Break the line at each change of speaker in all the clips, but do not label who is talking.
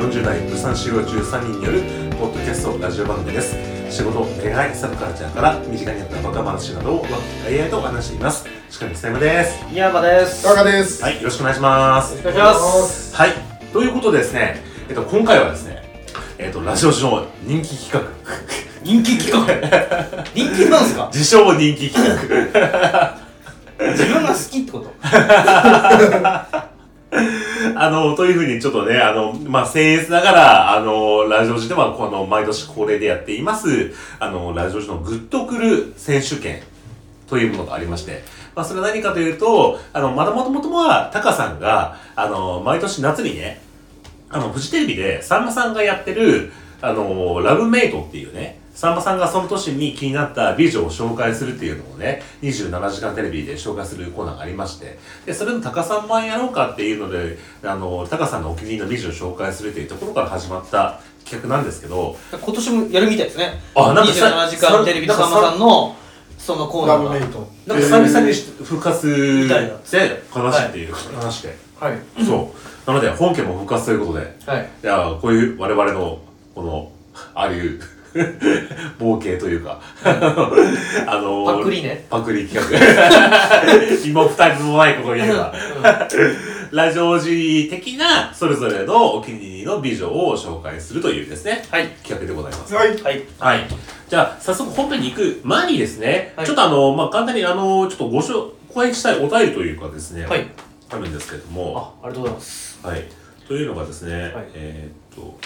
13週を13人によるポッドキャストラジオ番組です仕事恋愛サブカルチャーから身近にあったバカ話などを和気あいあいと話しています鹿見久山です
宮山です。
ガガです。
はいよろしくお願いします
お願いします。
はいということでですね、えっと、今回はですねえっと、ラジオ上人気企画
人気企画。人気なんですか
自称人気企画
自分が好きってこと
あの、というふうにちょっとね、あの、まあ、僭越ながら、あの、ラジオ時では、この、毎年恒例でやっています、あの、ラジオ時のグッとくる選手権というものがありまして、まあ、それは何かというと、あの、まだもともとは、タカさんが、あの、毎年夏にね、あの、フジテレビで、さんまさんがやってる、あの、ラブメイトっていうね、さんまさんがその年に気になった美女を紹介するっていうのをね、27時間テレビで紹介するコーナーがありまして、で、それの高さん版やろうかっていうので、あの、高さんのお気に入りの美女を紹介するっていうところから始まった企画なんですけど、
今年もやるみたいですね。
あなんかさ
27時間テレビで
さ
さんまさんの、そのコーナ
ラ
ー
ブ
が。
メイト。
なんか久々に復活
みたいな
で話っていう話で、
はい。
そう。なので、本家も復活ということで、
はい。
いやこういう我々のこの ありう冒険というか あの
パクリね
パクリ企画 今二人もない ここにいればラジオ時的なそれぞれのお気に入りの美女を紹介するというですね
はい。
企画でございます
はい。
はい。
はい。じゃあ、早速本編に行く前にですね、
はい
ちょっとあの、まあ、簡単にあの、ちょっとご紹介したいお便りというかですね、
はい。
あるんですけれど
あ、
も、
ありがとうございます。
はい、というのがですね、
はい
えーっと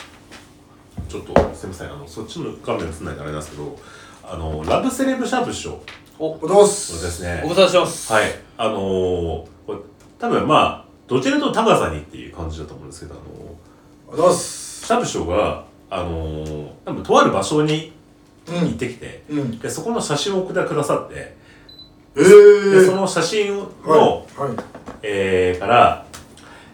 ちょっとすみませんあのそっちの画面映んないからあれなんですけどあのラブセレブシャープ師匠こ
お、
おどう
れ
す。
ですね
ご無沙汰してます。
はいあのー、これ多分まあどちらかというと高さにっていう感じだと思うんですけどあの
おどうす。
シャープ師匠があのー、多分とある場所に
う
行っ
ん。
てきて、
うん。
でそこの写真をくだくださって
ええ
でそ
ー。
の写真の、
はい。はい。
えー、から、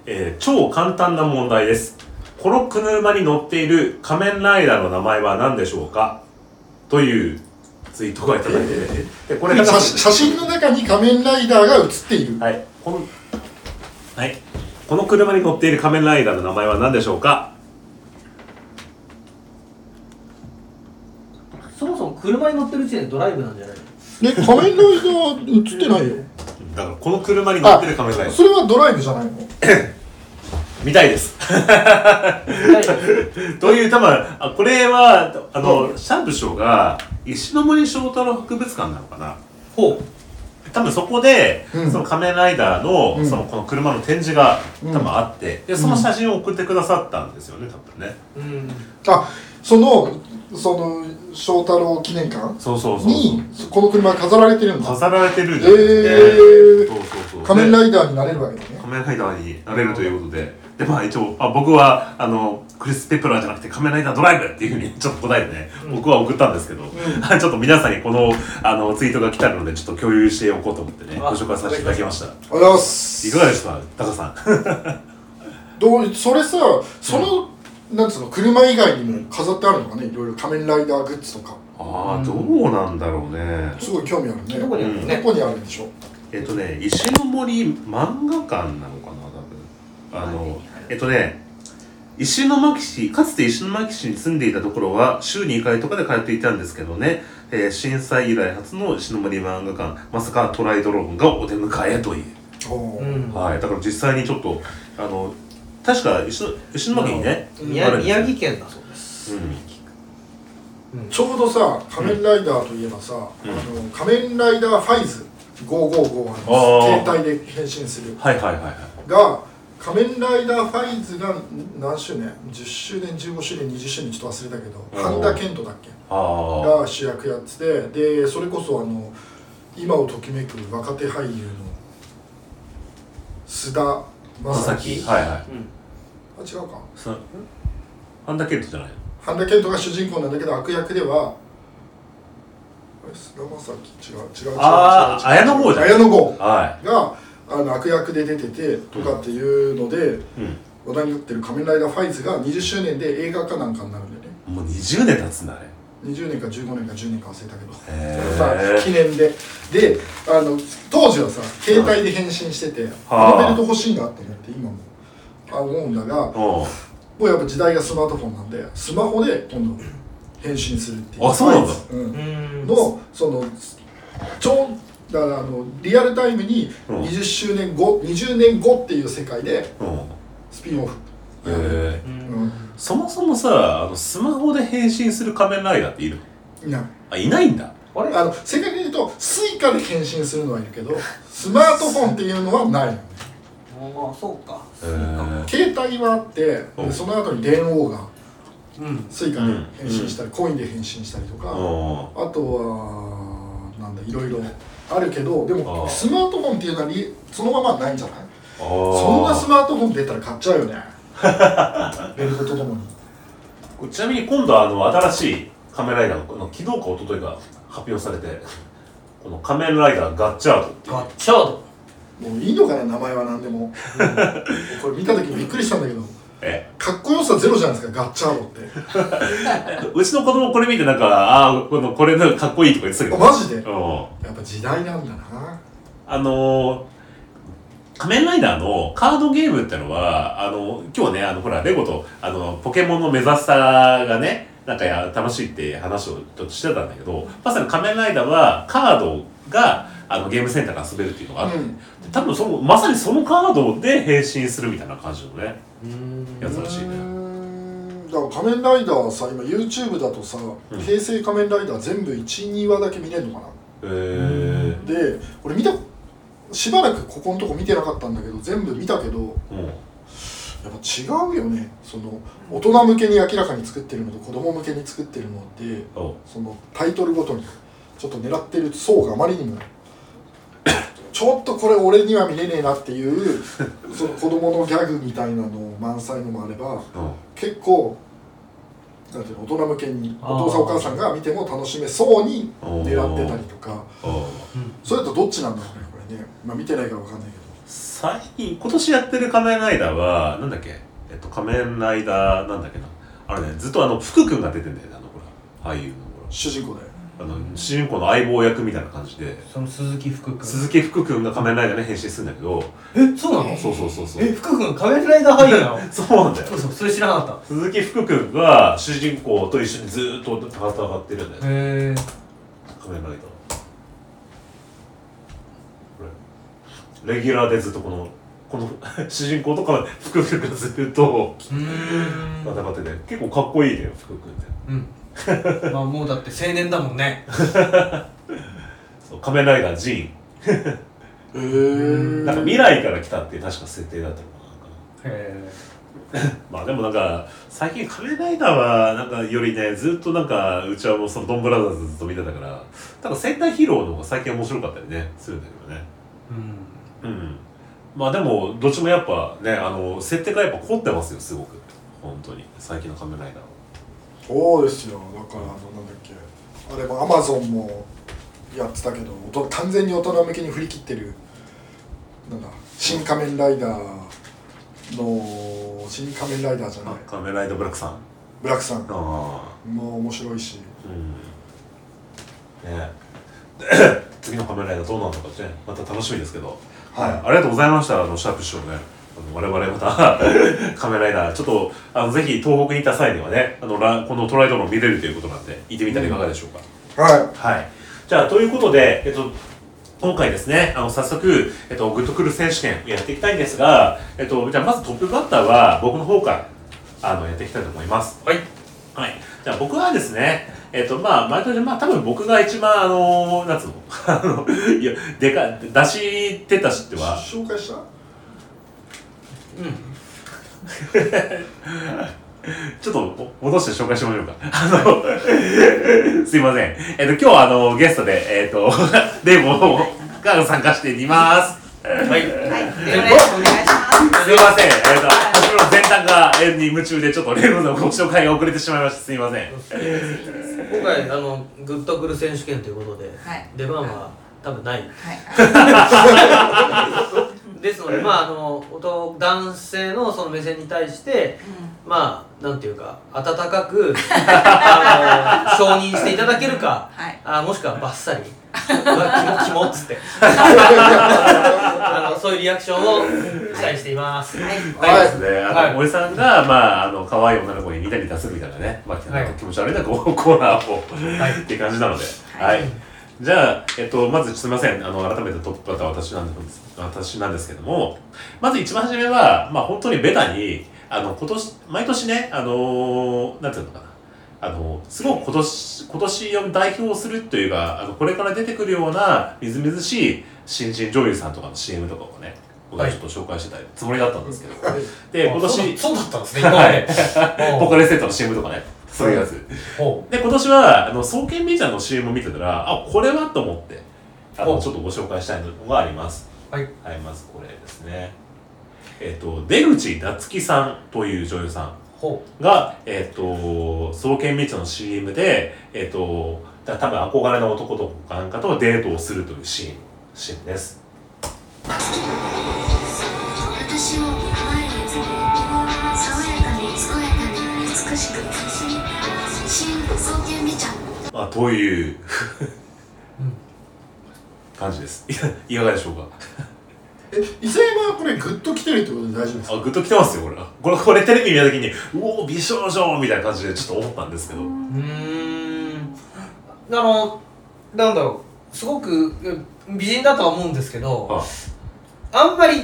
えー超簡単な問題です。この車に乗っている仮面ライダーの名前は何でしょうかというツイートがいただいて、でこれが、
写写真の中に仮面ライダーが写っている。
はい、この、はい、この車に乗っている仮面ライダーの名前は何でしょうか
そもそも車に乗ってる時点でドライブなんじゃない
ね、仮面ライダー写って ないよ。
だから、この車に乗ってる仮面ライダー、
それはドライブじゃないの。
みたいです。 という、多分、あこれは、あの、シャンプ師匠が、石ノ森章太郎博物館なのかな
ほう。
多分そこで、
うん
その仮面ライダーの,、
うん
そのこの車の展示が
う
多
ん
分あって、でその写真を送ってくださったんですよね多分ね
うん。
あ、その、その翔太郎記念館
そうそうそう
にこの車飾られてるんだ。
飾られてるんじゃない
へ
です
ー
か、そうそうそう
仮面
イ
ライダーになれるわけだね。
仮面ライダーになれるということででまあ一応あ僕はあのクリス・ペプラーじゃなくて仮面ライダードライブっていうふうに ちょっと答えてね、僕は送ったんですけど、 ちょっと皆さんにこのあのツイートが来たのでちょっと共有しておこうと思ってねご
あ
紹介させていただきました
おはようございます。
いかがでしたタカさん
どうそれさその、なんつうの車以外にも飾ってあるのかねいろいろ仮面ライダーグッズとか
ああどうなんだろうね
すごい興味あるね
どこにあるのね
ど。こにあるんでしょう
えっとね、石の森漫画館なのかな、多分。あの、えっとね、石巻市、かつて石巻市に住んでいたところは、週に2回とかで通っていたんですけどね、えー震災以来初の石の森漫画館、まさかトライドローンがお出迎えという。
お
う
ー
ん。
はい、だから実際にちょっと、あの、確か石の石巻にね、あ
宮
るんですよ
宮城県だそうです。
うん
うん
ちょうどさ仮面ライダーといえばさ、
うん
あの仮面ライダーファイズ555
あー
あの携帯で変身する
はいはいはいはい。
が仮面ライダーファイズがん何周年10周年15周年20周年ちょっと忘れたけど
あー
神田健人だっけ
あ
が主役やっててでそれこそあの今をときめく若手俳優の須田
あ、佐
将
々
暉
木。はいはい。
うん。
あ違うか
さんハンダケントじゃない
半田健人が主人公なんだけど悪役ではあれ菅田将暉違う違う違う違う違う
あー綾野剛じゃん
綾野剛
は
があの悪役で出ててとかっていうので
い。うん。
話題になってる「仮面ライダーファイズ」が20周年で映画化なんかになるんだよね
もう20年経つんだね。
20年か15年か10年か忘れたけど
へ
さ
ー
記念でであの当時はさ携帯で返信してて、
はあ
あのベルト欲しいなって思って今もあ思うんだが
うん。
もうやっぱ時代がスマートフォンなんでスマホで今度返信するっていう
あそうなんだ
うん
ん
のその超だからあのリアルタイムに
うん
20周年後、20年後っていう世界で
うん
スピンオフ、
へえ
う
うんん、
そもそもさあのスマホで変身する仮面ライダーっているの
いない
あいないんだ
あれ
あの正確に言うとスイカで検診するのはいるけどスマートフォンっていうのはないのね
ああそうか
へえ
携帯はあって
うん
でその後に電王が
うん
スイカで返信したり、コインで返信したりとか、
うん
あとはなんだいろいろあるけどで
あー
もスマートフォンっていうのはリそのままないんじゃない
あ
そんな
ー
スマートフォン出たら買っちゃうよ ねベルトとともに
ちなみに今度あの新しい仮面ライダーのこの昨日か一昨日か発表されてこの仮面ライダーガッチャードっていう
ガッチャード
もういいのかな名前は何でもこれ見た時びっくりしたんだけど
え
かっこよさゼロじゃないですかガッチャードって
うちの子供これ見てなんかああこのこれなんかかっこいいとか言ってたけ
あ
ど
マジで
うん
やっぱ時代なんだな
あのー仮面ライダーのカードゲームってのは、あの今日ね、あの、ほら、レゴと、あの、ポケモンの目指したがね、なんかや楽しいって話をちょっとしてたんだけど、まさに仮面ライダーはカードが、あの、ゲームセンターから遊べるっていうのがあって、
うん
多分その、まさにそのカードで変身するみたいな感じのね。
うん
やつらしいう
ー
ね。
んだから仮面ライダーはさ今 YouTube だとさ、
うん
平成仮面ライダー全部12話だけ見れるのかな
えー、
で俺見たしばらくここのとこ見てなかったんだけど全部見たけど
うん。
やっぱ違うよねその大人向けに明らかに作ってるのと子供向けに作ってるのって
お
そのタイトルごとにちょっと狙ってる層があまりにもちょっとこれ俺には見れねえなっていうその子供のギャグみたいなの満載のもあれば
うん。
結構なんていうの大人向けに
あー
お父さんお母さんが見ても楽しめそうに
お
狙ってたりとか
お
それとどっちなんだろうねこれね、まあ、見てないから分かんない
最近今年やってる仮面ライダーはなんだっけえっと仮面ライダーなんだっけなあれねずっとあの福君が出てんだよねあのほら俳優の
けど主人公だよ
ほらあの主人公の相棒役みたいな感じで
その鈴木福君
鈴木福君が仮面ライダーに変身するんだけど
えそうなの
そうそうそうそう
え福君仮面ライダー俳優なの
そうなんだよ
そうそうそれ知らなかっ
鈴木福君が主人公と一緒にずーっと戦ってるんだよ
た
ね
へえ
仮面ライダーこれレギュラーでずっとこのこの 主人公とか福君がずっと
うーん
バタバタで結構かっこいいねよ福君って
うんまあもうだって青年だもんね
そう仮面ライダージー
へえ
ンなんか未来から来たっていう確か設定だったのかななんか
へ
まあでもなんか最近仮面ライダーはなんかよりねずっとなんかうちはもうそのドンブラザーズずっと見てたからただ戦隊ヒーローの方が最近面白かったりねするんだけどね
うん
うんまあでもどっちもやっぱねあの設定がやっぱ凝ってますよすごく本当に最近の仮面ライダーは
そうですよだからあのなんだっけあれもアマゾンもやってたけど大人完全に大人向けに振り切ってるなんだ「新仮面ライダー」の「新仮面ライダー」じゃない
あ仮面ライダーブラックさん
ブラックさ
あ
んも面白いし
あうんね 次の仮面ライダーどうなるのかねまた楽しみですけどはい、ありがとうございました、あのシャープ師匠ね。あの我々また 仮面ライダー、ちょっとあのぜひ東北に行った際にはね、あのラこのトライドロン見れるということなんで、行ってみたらいかがでしょうか。
は
はい。じゃあ、ということで、えっと、今回ですね、あの、早速、えっと、グッとくる選手権やっていきたいんですが、えっと、じゃあ、まずトップバッターは、僕の方から、あの、やっていきたいと思います。
はい
はい。じゃあ、僕はですね、えっと、まあ、毎年、まあ、多分僕が一番、あの、なんつうの、 あの、いや、でか、出してたしって
い
は、
紹介した
ちょっと戻して紹介してもらえましょうか。あの、すいません。えっ、と、今日はあの、ゲストで、えっ、と、 デーモが参加しています。
はい
はい、よろしくお願いします。
すいません。えっ、と、私の前段が、えーに夢中で、ちょっとレモのご紹介が遅れてしまいました。すいません。
今回あのグッとくる選手権ということで、
はい
出番は多分ない
はい、
ですのでまああの男男性のその目線に対して
う
まなんていうか温か くあの承認していただけるか、
はい
あもしくはバッサリ「うわキモキモ」っつってあのそういうリアクションを期待しています。
はい
そうですね。
は
あ
い
の、おじさんが、まあ、あの、可愛い女の子に見たり出すみたいなね、まあ、
はい
気持ち悪いな、こうコーナーを、
はい
って感じなので。は。
はい
じゃあ、えっと、まずすみません。あの、改めてトップバッターは私なんです、私なんですけども、まず一番初めは、まあ、本当にベタに、あの、今年、毎年ね、あのーなんていうのかな。あの、すごく今年、今年を代表するというか、あの、これから出てくるような、みずみずしい新人女優さんとかの CM とかをね、僕はちょっと紹介してたつもりだったんですけど、で、今年、
そうだそうだったんですね今まで。
ポカレステットの CM とかね、そういうやつ。
ほ
で、今年は、あの、創建ビジャーの CM を見てたら、あ、これはと思って、あ
お
の、ちょっとご紹介したいのがあります。
うはい
はい、まずこれですね。えっと、出口夏樹さんという女優さ
ほ
んが、えっと、創建ビジャーの CM で、えっと、だ多分憧れの男とかなんかとデートをするというシーン、シーンです。
私を前に連れて爽やかに健やかに美しく新創建美ちゃん
まあ、という
うん
感じです。いかいかがでしょうか
え伊勢山はこれグッと来てるってことで大丈夫ですか
あ、グッときてますよ、これ。これ、これテレビ見たときに、うおー、美少女みたいな感じでちょっと思ったんですけど。
う。うーん。あのなんだろうすごくえ美人だとは思うんですけど。
あ
あんまり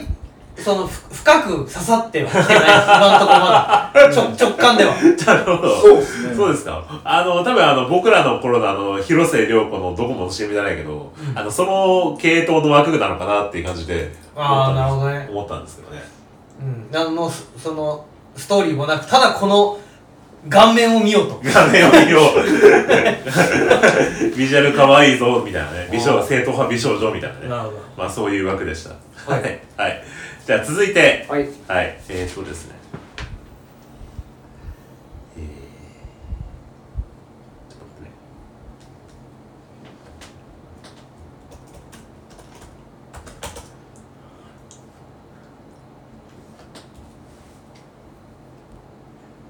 そのふ深く刺さってはきてない今のところまだちょ直感では
なるほど。
そうですね
そうですか。あの、多分あの、僕らの頃のあの、広末涼子のドコモの CM じゃないけど、
うん
あの、その系統の枠なのかなっていう感じで、
あーなるほどね
思ったんですけどね。
うん何のそそのストーリーもなくただこの顔面を見ようと
画面を見よう。 ビジュアル可愛いぞ、みたいなね。美少正統派美少女みたいなね。
なるほど
まあ、そういう枠でした。
はい
はい。はい。じゃあ、続いて、
はい
はい、えー、そうですね。えー、ちょっと待ってね。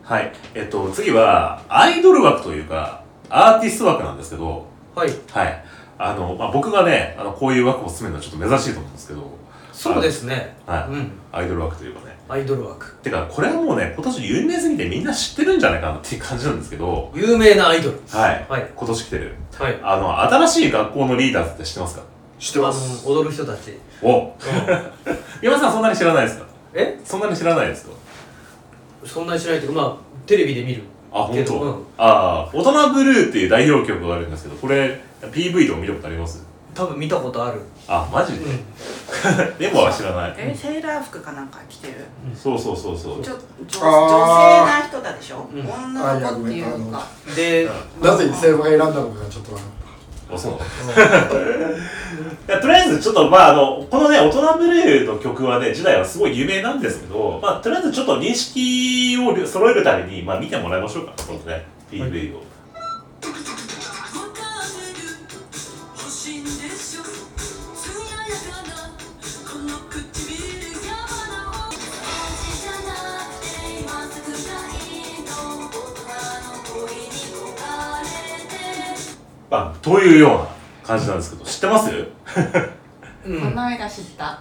はい、えっと、次は、アイドル枠というか、アーティスト枠なんですけど、
はい
はい。あの、まあ、僕がね、あの、こういう枠を進めるのはちょっと珍しいと思うんですけど、
そうですね
はい
うん
アイドル枠というかね、
アイドル枠
てかこれはもうね今年有名すぎてみんな知ってるんじゃないかなっていう 感じなんですけど
有名なアイドル
はい、
はい
今年来てる
はい
あの新しい学校のリーダーズって知ってますか
知って
あの
ます
踊る人たち
お山さんそんなに知らないですか
え
そんなに知らないですか
そんなにしないけどまあテレビで見る
あ本
け
当、
どうん
ああ大人ブルーっていう代表曲があるんですけどこれ PV とか見たことあります
多分見たことある
あマジで、でもは知らない
えセーラー服かなんか着てる
そうそうそうそう
ちょ女女性
あ
な人だでしょ、
うん
女の子っていうの
あ
か
うんで
なぜ伊勢山が選んだのかがちょっと分かった
あそうなの いやとりあえずちょっとまああのこのね「大人ブルー」の曲はね時代はすごい有名なんですけど、まあ、とりあえずちょっと認識を揃えるために、まあ、見てもらいましょうかこのね PV を、まあ、というような感じなんですけど知ってます
うん
この間知った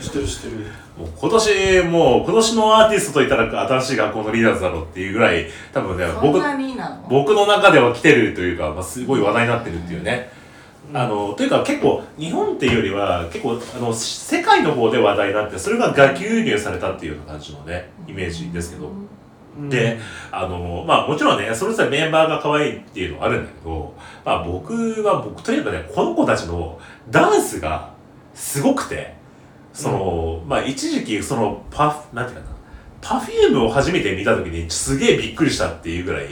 知ってる知ってる
もう今年もう今年のアーティストといたら新しい学校のリーダーズだろうっていうぐらい多分ね
そん
僕
なになの
僕の中では来てるというか、まあ、すごい話題になってるっていうね、あのというか結構日本っていうよりは結構あの世界の方で話題になってそれがガキ輸入されたっていうような感じのねイメージですけど、
うん
であのまあもちろんねそれぞれメンバーが可愛いっていうのはあるんだけど、まあ、僕は僕とにかくねこの子たちのダンスがすごくてその、まあ一時期そのパフなんていうかなパフュームを初めて見た時にすげえびっくりしたっていうぐらい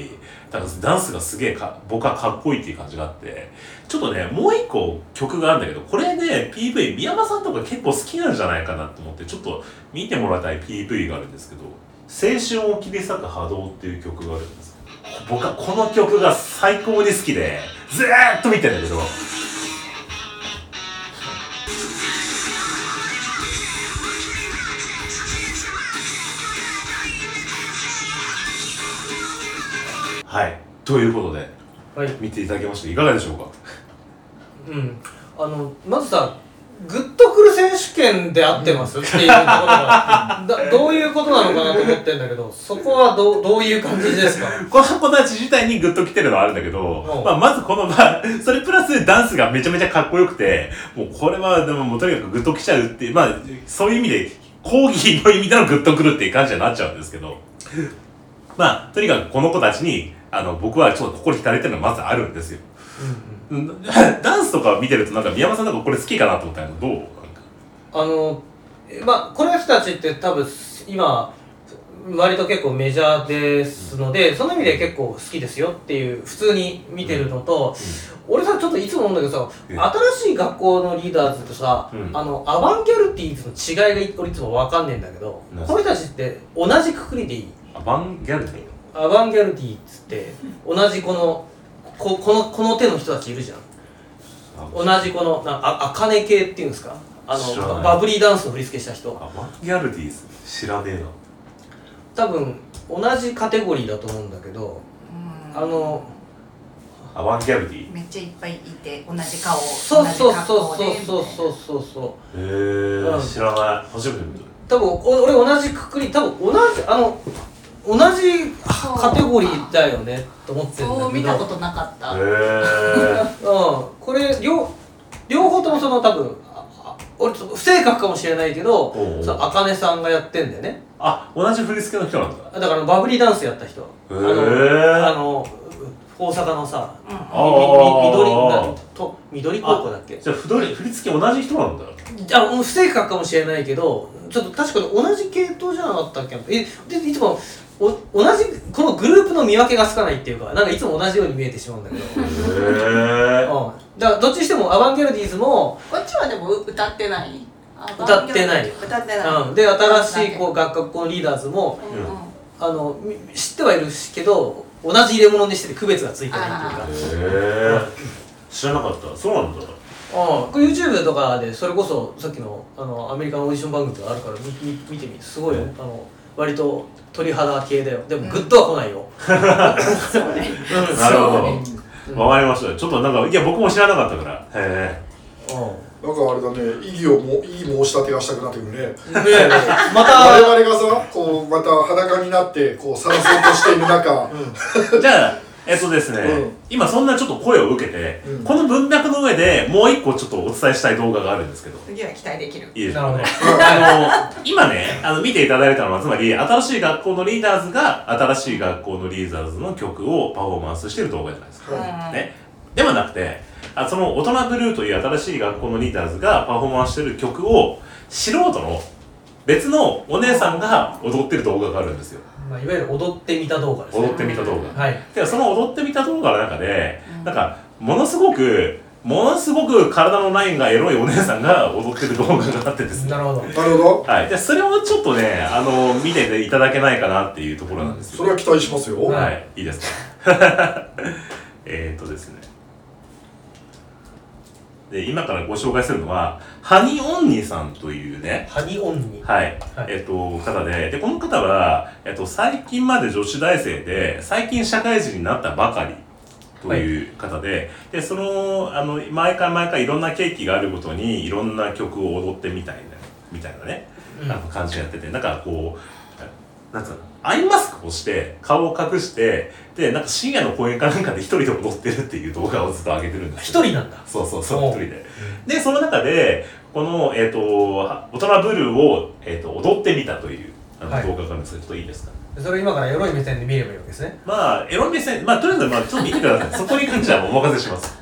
だからダンスがすげえか僕はかっこいいっていう感じがあってちょっとねもう一個曲があるんだけどこれね PV 宮山さんとか結構好きなんじゃないかなと思ってちょっと見てもらいたい PV があるんですけど「青春を切り裂く波動」っていう曲があるんです僕はこの曲が最高に好きでずーっと見てんだけどはい。ということで、
はい
見ていただきましたいかがでしょうか
うんあのまずさグッとくる選手権で合って ます、っていうところがだどういうことなのかなと思ってんだけどそこはどうどういう感じですか
この子たち自体にグッと来てるのはあるんだけ
う
ど
ん、
まあ、まずこの、まあ、 それプラスダンスがめちゃめちゃかっこよくて、もうこれはでももうとにかくグッと来ちゃうっていう、まあ、そういう意味で、講義の意味でのグッとくるっていう感じになっちゃうんですけど、まあ、とにかくこの子たちに、あの、僕はちょっと心惹かれてるのがまずあるんですよ。 うんダンスとか見てるとなんか宮本さんなんかこれ好きかなと思ったんやけど、どうなんか
あのえまあこの人たちって多分今割と結構メジャーですので、その意味で結構好きですよっていう普通に見てるのと、俺さちょっといつも思うんだけどさ、
うん
新しい学校のリーダーズとさ、
うん
あのアバンギャルティーズの違いが俺いつもわかんねえんだけど、
な
この人たちって同じくくりでいい
アバンギャルディ
アバンギャルディーズって同じこのここのこの手の人たちいるじゃん同じこのなああかね系っていうんですかあ
知らな
の
い
バブリーダンスの振り付けした人
アバンギャルディーズ知らねえな。
多分同じカテゴリーだと思うんだけど
うん
あの
アバンギャルディ
めっちゃいっぱいいて同じ顔
そうそうそうそう
同じ格好で
そうそうそうそう
へー、
うん
知らない。初めて見た。
多分お俺同じくくり多分同じあの同じ
そう
カテゴリーだよねと思ってるんだけど
そう見たことなかった、
へ
うん、これ両両方ともその多分ああ俺ちょっと不正確かもしれないけど
おうおう
そのあかねさんがやってんだよね
あ、同じ振り付けの人なんだ。
だからあのバブリーダンスやった人あ
へー
のあの大阪のさ
うん
みみ
あ
緑
ー
なと緑高校だっけ
じゃあ、振り振り付け同じ人なんだ。
あもう不正確かもしれないけどちょっと確かに同じ系統じゃなかったっけえでいつもお同じこのグループの見分けがつかないっていうかなんかいつも同じように見えてしまうんだけど、
へー。
うん、だからどっちにしてもアバンギャルディーズも
こっちはでも歌ってない
歌ってない
歌ってない、
うん、で新しいこう学校のリーダーズも
うん
あ
うん
のみ知ってはいるしけど同じ入れ物にしてて区別がついてないっていうか
あ
へー。知らなかった。そうなんだ。
うんこれ YouTube とかでそれこそさっきのあのアメリカのオーディション番組とかあるからみみ見てみすごいよ、
うん
あの割と鳥肌系だよでも
うん
グッとは来ないよ、
そうね
うん
なるほ
そう
ど。わかりました。ちょっとなんか、いや、僕も知らなかったから。へ
う
なんかあれだね、意義をもいい申し立てがしたくなってくるね。
ん、ねえま
我
た
々がさ、こうまた裸になってこうさらそうとしている中、
ー。じゃあ、えっとですね、
うん
今そんなちょっと声を受けて、
うん
この文脈の上でもう一個ちょっとお伝えしたい動画があるんですけど、
次は期待できる
いいですかね
なる。
あの、今ね、あの、見ていただいたのは、つまり、新しい学校のリーダーズが、新しい学校のリーダーズの曲をパフォーマンスしてる動画じゃないですか。
うん
ね。ではなくて、あその、大人ブルーという新しい学校のリーダーズがパフォーマンスしてる曲を、素人の別のお姉さんが踊ってる動画があるんですよ。
まあ、いわゆる踊ってみた動画です
踊
ね
ってみた動画。
はい
でその踊ってみた動画の中で、
うん
なんかものすごくものすごく体のラインがエロいお姉さんが踊ってる動画があってですね
なるほど
なるほど。
はい、でそれをちょっとねあの見ていただけないかなっていうところなんです
そ
け
れ
ど
は期待しますよ。
は
はいいいですか えーっとですねで今からご紹介するのはハニオンニさんというね
ハニオンに
はい、
はい
えっと方ででこの方は、えっと、最近まで女子大生で最近社会人になったばかりという方で、でそのあの毎回毎回いろんなケーキがあるごとにいろんな曲を踊ってみたいなみたいなね、
うん
あの感じでやっててなんかこうなんつうのアイマスクをして顔を隠してでなんか深夜の公園かなんかで一人で踊ってるっていう動画をずっと上げてるんですよ
一人なんだ
そうそうそう、
おう
一人で。で、その中で、この、えっ、と、大人ブルーを、えっ、と、踊ってみたという、あの、
はい
動画があるんですけど、ちょっといいですか
それを今からエロい目線で見ればいいわけですね
まあ、エロ目線、まあ、とりあえず、まあ、ちょっと見てください。そこに関してはお任せします。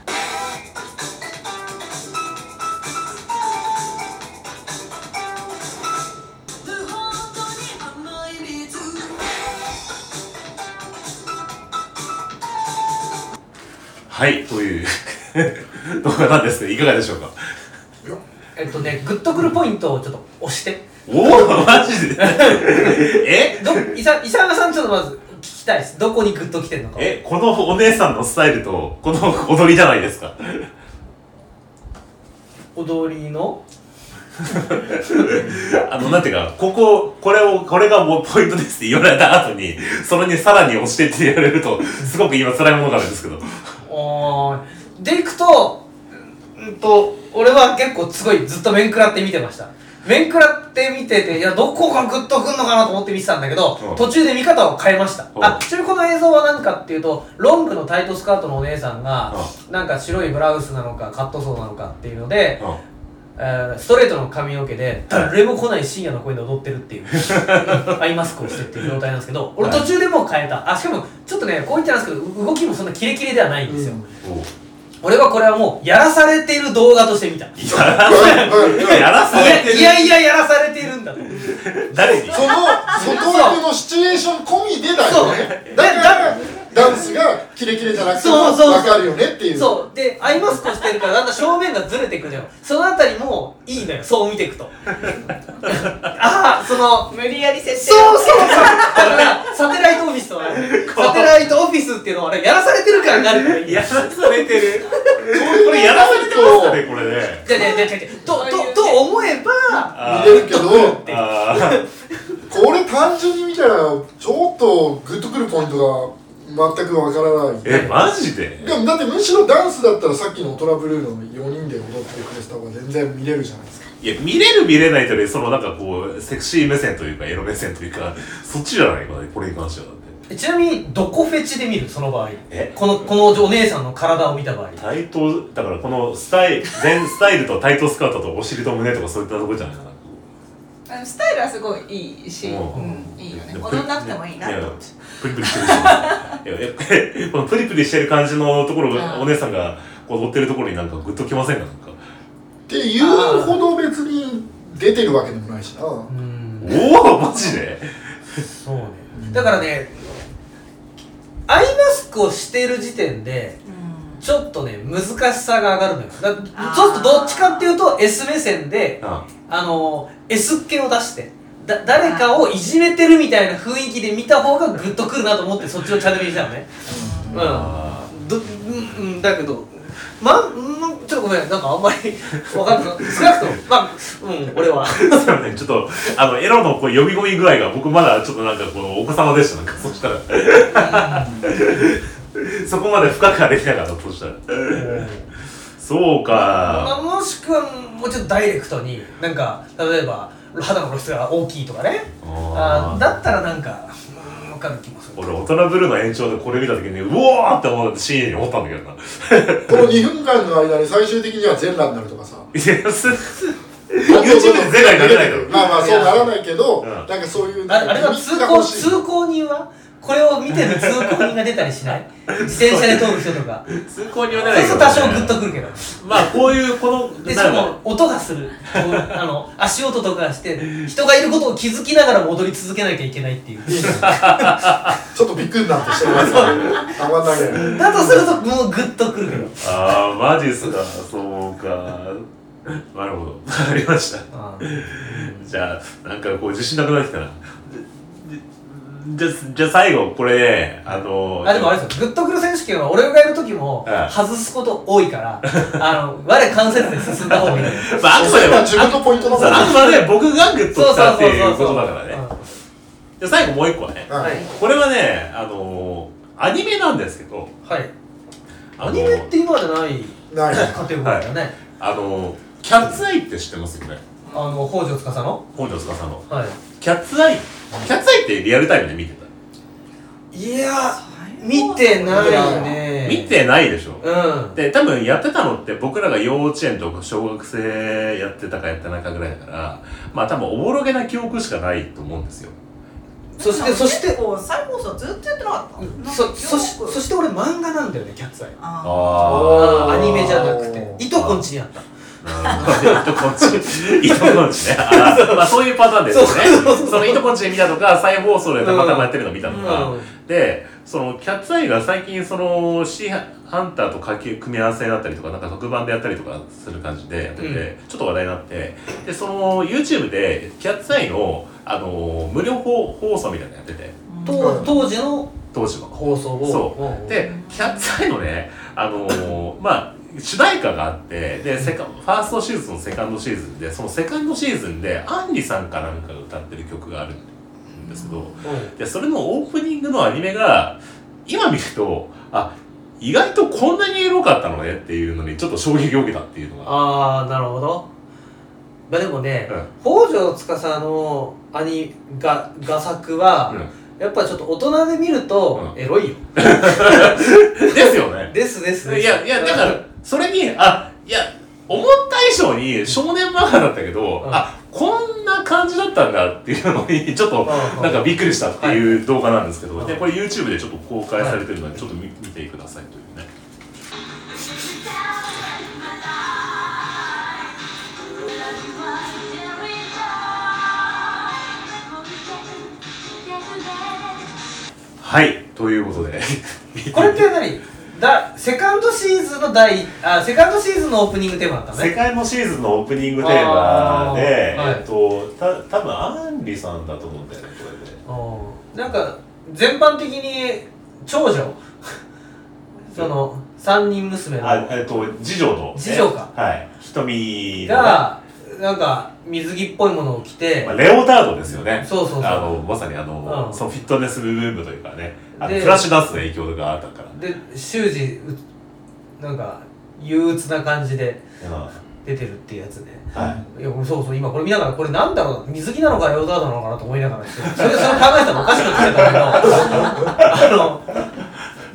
はい、という 動画なんですけど、いかがでしょうか
えっとねグッとくるポイントをちょっと押して
おおマジでえ
ど伊沢伊沢さんちょっとまず聞きたいですどこにグッときてんのか
え、このお姉さんのスタイルと、この踊りじゃないですか。
踊りの
あの、なんていうか、ここ、これを、これがもうポイントですって言われた後に、それにさらに押してって言われると、すごく今辛いものがあるんですけど。
おーいでいくとうんと俺は結構すごいずっと面食らって見てました面食らって見てていやどこがグッとくんのかなと思って見てたんだけど、
うん
途中で見方を変えました、
うん
あちなみにこの映像は何かっていうとロングのタイトスカートのお姉さんが、なんか白いブラウスなのかカットソーなのかっていうので、
う
えーストレートの髪の毛で誰も来ない深夜の声で踊って るっていうアイマスクをしてっていう状態なんですけど俺
はい
途中でもう変えたあしかもちょっとねこう言っちゃなんですけど動きもそんなキレキレではないんですよ、
ん。おう
俺はこれはもうやらされている動画として見たい
やらやらされて
やい
る。
やいややらされているんだと
誰に
その外役のシチュエーション込みでだよ
そ
ね
う
だからダンスがキレキレじゃなくて
そ
も
うそうそう
分かるよねっていう
そうでアイマスクをしてるからだんだん正面がずれていくのよそのあたりもいいのよそう見ていくとああその
無理やり設定
そうそうそうだからサテライトオフィスとあれサテライトオフィスっていうのはあれやらされてる感があるからいい
やらされてる。
こ
これやらされてますかね、これね。
じゃじゃじゃじゃと
そういうね
とと思えば
あ
見れ
ー
るけど
あー。
これ単純に見たらちょっとグッとくるポイントが全くわからない
え、マジで
でもだってむしろダンスだったらさっきの「トラブルー」の4人で踊ってくれてた方が全然見れるじゃないですか
いや、見れる見れないというより、そのなんかこう、セクシー目線というか、エロ目線というか、そっちじゃないかな、これに関してはだって。
ちなみにどこフェチで見るその場合
え
このこのお姉さんの体を見た場合
タイト、だからこのスタイル、全スタイルとタイトスカートとお尻と胸とかそういったとこじゃないかな。
あのスタイルはすごいいいし、
う
うんん、いいよね踊んなくてもいいなと
や
思って
プリプリしてるしいややっぱりこのプリプリしてる感じのところが
うん
お姉さんがこう踊ってるところになんかグッときませんかなんか
っていうほど別に出てるわけでもないしな
うーん
おおマジで
そうねだからねアイマスクをしてる時点で
うん
ちょっとね難しさが上がるのよだち
あー
ょっとどっちかっていうと S 目線で
あ
あのー S っ気を出してだ誰かをいじめてるみたいな雰囲気で見た方がグッとくるなと思ってそっちをチャンネルにしたのねうん
あ
どうんうんだけどまあ、うん、ちょっとごめんなんかあんまりわかんない少なくともまあうん俺は
ーそうねちょっとあのエロのこう呼び込み具合が僕まだちょっとなんかこうお子様でしたなんかそしたら そこまで深くはできなかったそしたらそう
まあ、
か
もしくはもうちょっとダイレクトになんか例えば肌の露出が大きいとかねあーだったらなんか分かる気もする
俺大人ブルーの延長でこれ見た時にうおーって思って深夜に思ったんだけどな
この2分間の間に最終的には全裸になるとかさ
いやす YouTube で全裸になれないだろ
まあまあそうならないけど、
うん
なんかそういう
ああれは通行通
行
行人はこれを見てる通行人が出たりし ない自転車で通る人とかそ
通
う
行には
すると多少グッとくるけど
まあこういうこの
でし
な
か
んか
も音がするこうあの足音とかして人がいることを気づきながら戻り続けなきゃいけない っていう
ちょっとびっくりなんてしてますたまんないけど
だとするともうグッとくるけど
ああマジっすかそうかなるほどわかりました
あ
じゃあなんかこう自信なくなってきたなじゃじゃじゃあ最後これねあの
あでもあれですよ、グッとくる選手権は俺がいる時も
ええ
外すこと多いから、あの、我関節で進んだ方がいい。
まああくまでも
自分のポイントだもん
あくまで僕がグッと
そうそう
きた
そ
っ
う
ていうこ
そう。
とだからねじゃあ最後もう一個ね
うんはい。
これはねあのアニメなんですけど
はい。
あの
アニメって今までない
ない
カテゴリーだよね。
あのキャッツアイって知ってますよね
あの、北条司の
本庄司の
は
キャッツアイキャッツアイってリアルタイムで見てた
い。いや、見てないね。
見てないでしょ
うん。
で多分やってたのって僕らが幼稚園とか小学生やってたかやってないかぐらいだからまあ多分おぼろげな記憶しかないと思うんですよ
そして、そして
結、構再放送ずっとやってなかったなんか
そ、そし
よ、く
そして俺漫画なんだよね、キャッツアイ。
あ
あ
アニメじゃなくて
お。ー
いとこんちにあった。
あいとこんちいとこんちねあーまあそういうパターンですよ
そうそう
ねそのいとこんちで見たとか再放送でたまたまやってるの見たとか、
うん
でそのキャッツアイが最近そのシーハンターとかけ組み合わせだったりとかなんか特番でやったりとかする感じでやってて、
う
ちょっと話題になってでその YouTube でキャッツアイの、あの無料放放送みたいなのやってて
ー
と
うん
当時の
当時は。
放送を。
そ
うん
でキャッツアイのねあのまあ主題歌があってでセカファーストシーズンのセカンドシーズンでそのセカンドシーズンでアンリさんかなんかが歌ってる曲があるんですけど、でそれのオープニングのアニメが今見るとあ意外とこんなにエロかったのねっていうのにちょっと衝撃を受けたっていうのが
ああなるほどまあでもね、
うん
北条司の兄が画作は、やっぱちょっと大人で見ると
うん
エロいよ、
うんですよね
ですですです
いやいやだからそれにあいや思った以上に少年漫画だったけど、
うん
あこんな感じだったんだっていうのにちょっと
うん
なんかびっくりしたっていう動画なんですけど、
はい
でこれ YouTube でちょっと公開されてるのでちょっと見,、見てくださいというねはいということで
これって何だセカンドシーズンの第あセカンドシーズンのオープニングテーマだったの
世
ね
界のシーズンのオープニングテーマで、
あーはい
えっとた多分アンリさんだと思うんだよねこれで。
うんなんか全般的に長女その3人娘の
あえっと次女の、
次女か
はい瞳のね
がなんか水着っぽいものを着て、
まあ、レオタードですよね
そうそうそう
あのまさにあの、
うん
そのフィットネスムーブというかねあの
で
フラッシュダンスの影響があったから、ね
で修二うなんか憂鬱な感じで
うんは
出てるっていうやつね
い
いや俺そうそう今これ見ながらこれなんだろうな水着なのかレオタードなのかなと思いながらそれそれ考えたらおかしくなってたんだけどあ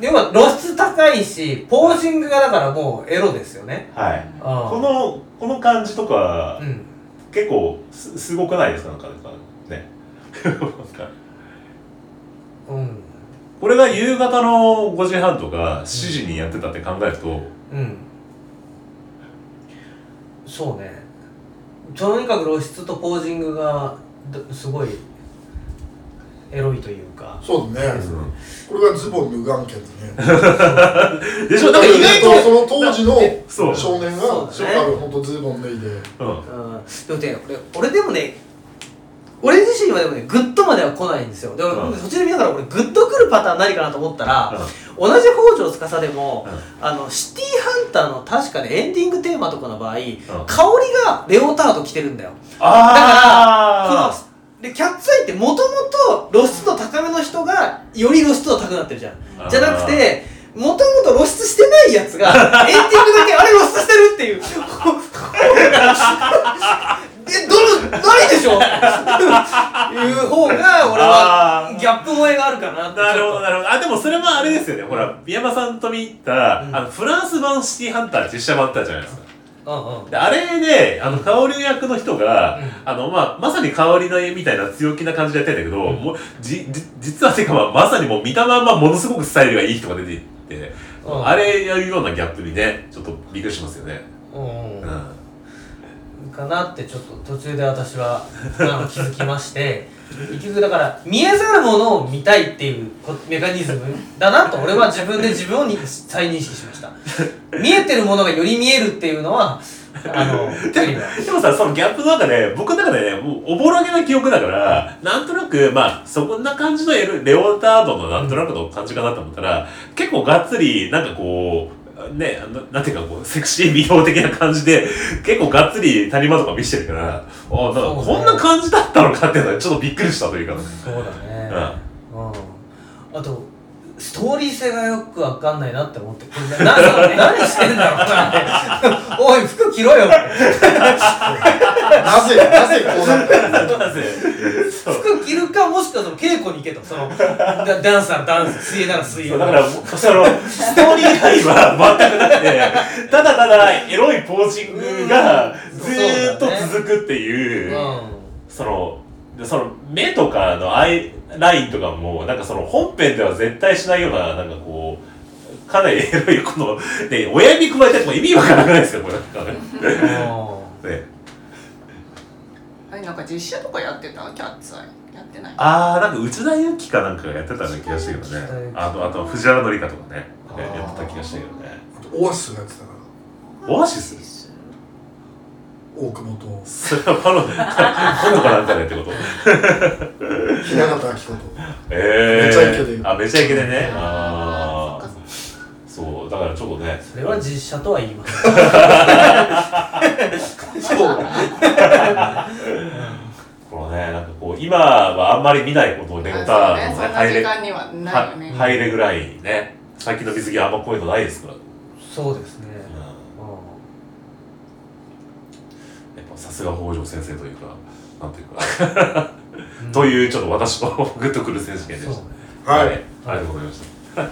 のでも露出高いしポージングがだからもうエロですよね
はい
あ
このこの感じとか、
うん
結構すすごくないですかなんかなんかね なんか
うん
これが夕方の5時半とか7時にやってたって考えると、
うんそうねとにかく露出とポージングがどすごいエロいというか
そうだね、これがズボン脱がんけんね
でしょだから意外と、
その当時の
そう
少年
そう
が
だ
そ
ね
う多分本当ズボン脱いで
うん
うんでもね俺俺でもね俺自身はでもねグッとまでは来ないんですよでも、
うん
途中で見ながら俺グッと来るパターン何かなと思ったら、同じ北条司でも、あのシティーハンターの確かねエンディングテーマとかの場合、香りがレオタード着てるんだよこの
ああ
でキャッツアイってもともと露出度高めの人がより露出度高くなってるじゃん
あー
じゃなくてもともと露出してないやつが エンディングだけあれ露出してるっていうえどのないでしょいう方が俺
あ
は
ー
ギャップ萌えがあるかなって
なるほど
ちょっ
なるほどあでもそれはあれですよねほら宮山さんと見た、
うん
あのフランス版シティハンター実写版あったじゃないですか
とうんうん
であれであの香り役の人が、あのまあ、まさに香りの絵みたいな強気な感じでやってんだけど、もうじじ実はてか、まあ、まさにもう見たまんまものすごくスタイルがいい人が出ていって、
うん
あれやるようなギャップにねちょっとびっくりしますよね、
うん
うんは
かなってちょっと途中で私はあの気づきまして結局だから見えざるものを見たいっていうこメカニズムだなと俺は自分で自分をに再認識しました見えてるものがより見えるっていうのはあの無理だ
でもさそのギャップの中で僕の中でねもうおぼろげな記憶だからなんとなくまあそんな感じのエルレオタードのなんとなくの感じかなと思ったら結構がっつりなんかこうねななんていうかこうセクシー美容的な感じで結構がっつり谷間とか見してるからあなんか
そうね
こんな感じだったのかっていうのはちょっとびっくりしたというか ね
そうだねうんあとストーリー性がよくわかんないなって思ってこれなな何してんだろうなって おい服着ろよ
なぜなぜこうなったの
そうなんですよそう
服着るかもしくはその稽古に行けとそのダダンスならダンス水泳なら水
そ
泳
うだから、その、ストーリーラインは全くなくて、ただただエロいポージングがずーっと続くっていうう、
ん
その、でその目とかのアイラインとかも、なんかその本編では絶対しないような、なんかこう、かなりエロい、この、ね、親指加えても意味わからないですよ、これなんかね。ね
あれなんか実写とかやってたキャッツアイやってない
あー、なんか内田有紀かなんかがやってたような気がしたけど
内田有
ね。
紀
あと、あと藤原紀香とかね、
あー
やってた気がしたけどね。
あとオアシスがやってたから
オアシス
ス
大久保と
それはパロ、今度かなんかでってこと
雛形明子と
えー、
めちゃイケで
あめちゃイケでね
あー
あーそうよだからちょっとね
それは実写とは言います
そうこのねなんかこう今はあんまり見ないことをね歌
あ
の
そうね、そん
ね
な
入
時
れ
間にはないよね。
は入れぐらいね最近の水着はあんまこういうのないですから、う
そうですね、
ん、や
う
っぱさすが北条先生というかなんていうか
ん
というちょっと私のグッとくる選手権で
そう
した、
はい、
ありがとうございました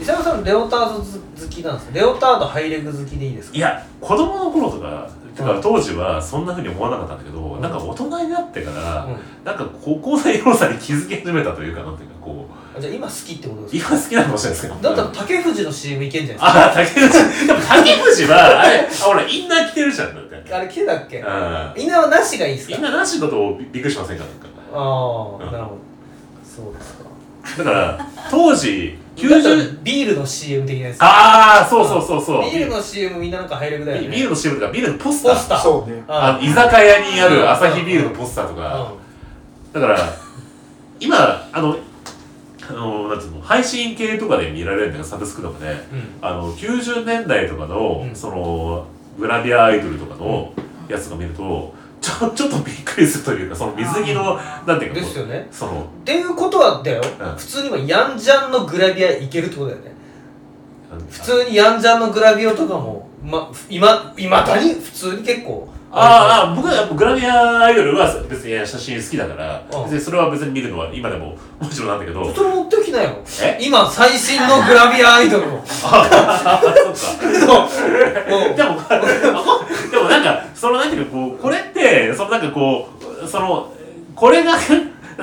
伊沢さんレオタード好きなんですかレオタードハイレグ好きでいいですか
いや子供の頃とかて
う
か
ん
当時はそんなふうに思わなかったんだけど、
ん
なんか大人になってから、
うん
なんか高校生要さに気づき始めたというかなんていうかこう
あじゃあ今好きってことです
今
か
好きなのかもしれないですけど
だったら竹藤の CM いけんじゃないで
ああ竹内でも竹内はあれあほらインナー着てるじゃんだって
すかあれ着てたっけ
うん
稲はなしがいいです
イ
か
ンナーなしのことをびっくりしませんかなんか
ああ、
うん
なるほどそうですか
だから当時
だった
90
らビールの CM 的なやつ
ああそうそうそうそう
ビールの CM みんななんかハイレグだよ
ビ
ね
ビールの CM とかビールのポスター
ポスター
そ うね
あの
う
居酒屋にあるアサヒビールのポスターと
ん
か、だから今あのあのなんていうの配信系とかで見られるんだけどサブスクとかで、
うん
あの90年代とかの、
うん
そのグラビアアイドルとかのやつが見るとちょ ちょっとびっくりするというかその水着のなんていうか
ですよね
その
っていうことはだよ、
うん
普通にはヤンジャンのグラビアいけるってことだよね
なん
普通にヤンジャンのグラビオとかも、ま、今いまだに普通に結構
あああ僕はやっぱグラビアアイドルは別に写真好きだから
うん
別にそれは別に見るのは今でももちろんなんだけど
それ持ってきなよ
え
今最新のグラビアアイドルの
ああそっか
もう
でも、でもなんか、そのなんていうか、こう、これって、そのなんかこう、その、これが、例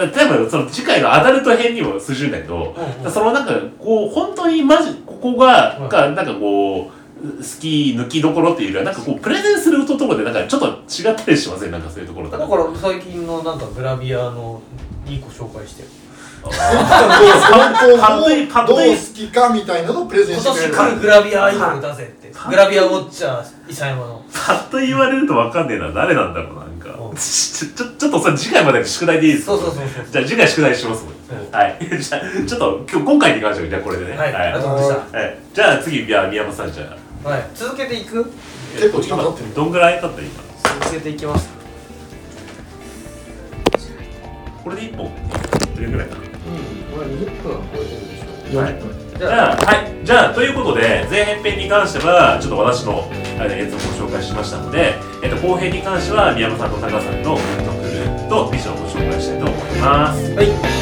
えばその次回のアダルト編にも通じるんだけど、
うんうん
そのなんか、こう、本当にマジ、ここが、
うん
がなんかこう、好き抜きどころっていうよりは、なんかこう、プレゼンするところで、なんかちょっと違ったりしませんなんかそういうところ
だから最近のなんかグラビアのいい子紹介してよ
パッと見パ
参
ッ
考
と
の
見
どう好きかみたいなのをプレゼン
今
して
年
くれ
来
る
るグラビアアイドルだぜって
はい
グラビアウォッチャー伊佐山の
パッと言われるとわかんねえな、誰なんだろうな、なんか
う。ん
ちょ、ちょ、ちょっとそれ次回までの宿題でいいですか
そうそうそうそう
じゃあ次回宿題します
う
はい。 じゃあ、ちょっと今日、今回に関しては、じゃあこれでね。
はいありがとうございまし
はいじゃあ次、いや、宮本さんじゃあ。
たはい続けていく
結構時間経ってる
今どんぐらい経った今。
続けていきます
これで一本。どれぐらいかな。
これ20分は超えてるでしょ
はい
40分
じゃあ、はい。じゃあ、ということで、前編編に関しては、ちょっと私の、あれ、演奏をご紹介しましたので、えっと、後編に関しては、宮本さんと高橋さんのグッドクルーとビジョンをご紹介したいと思います。
はい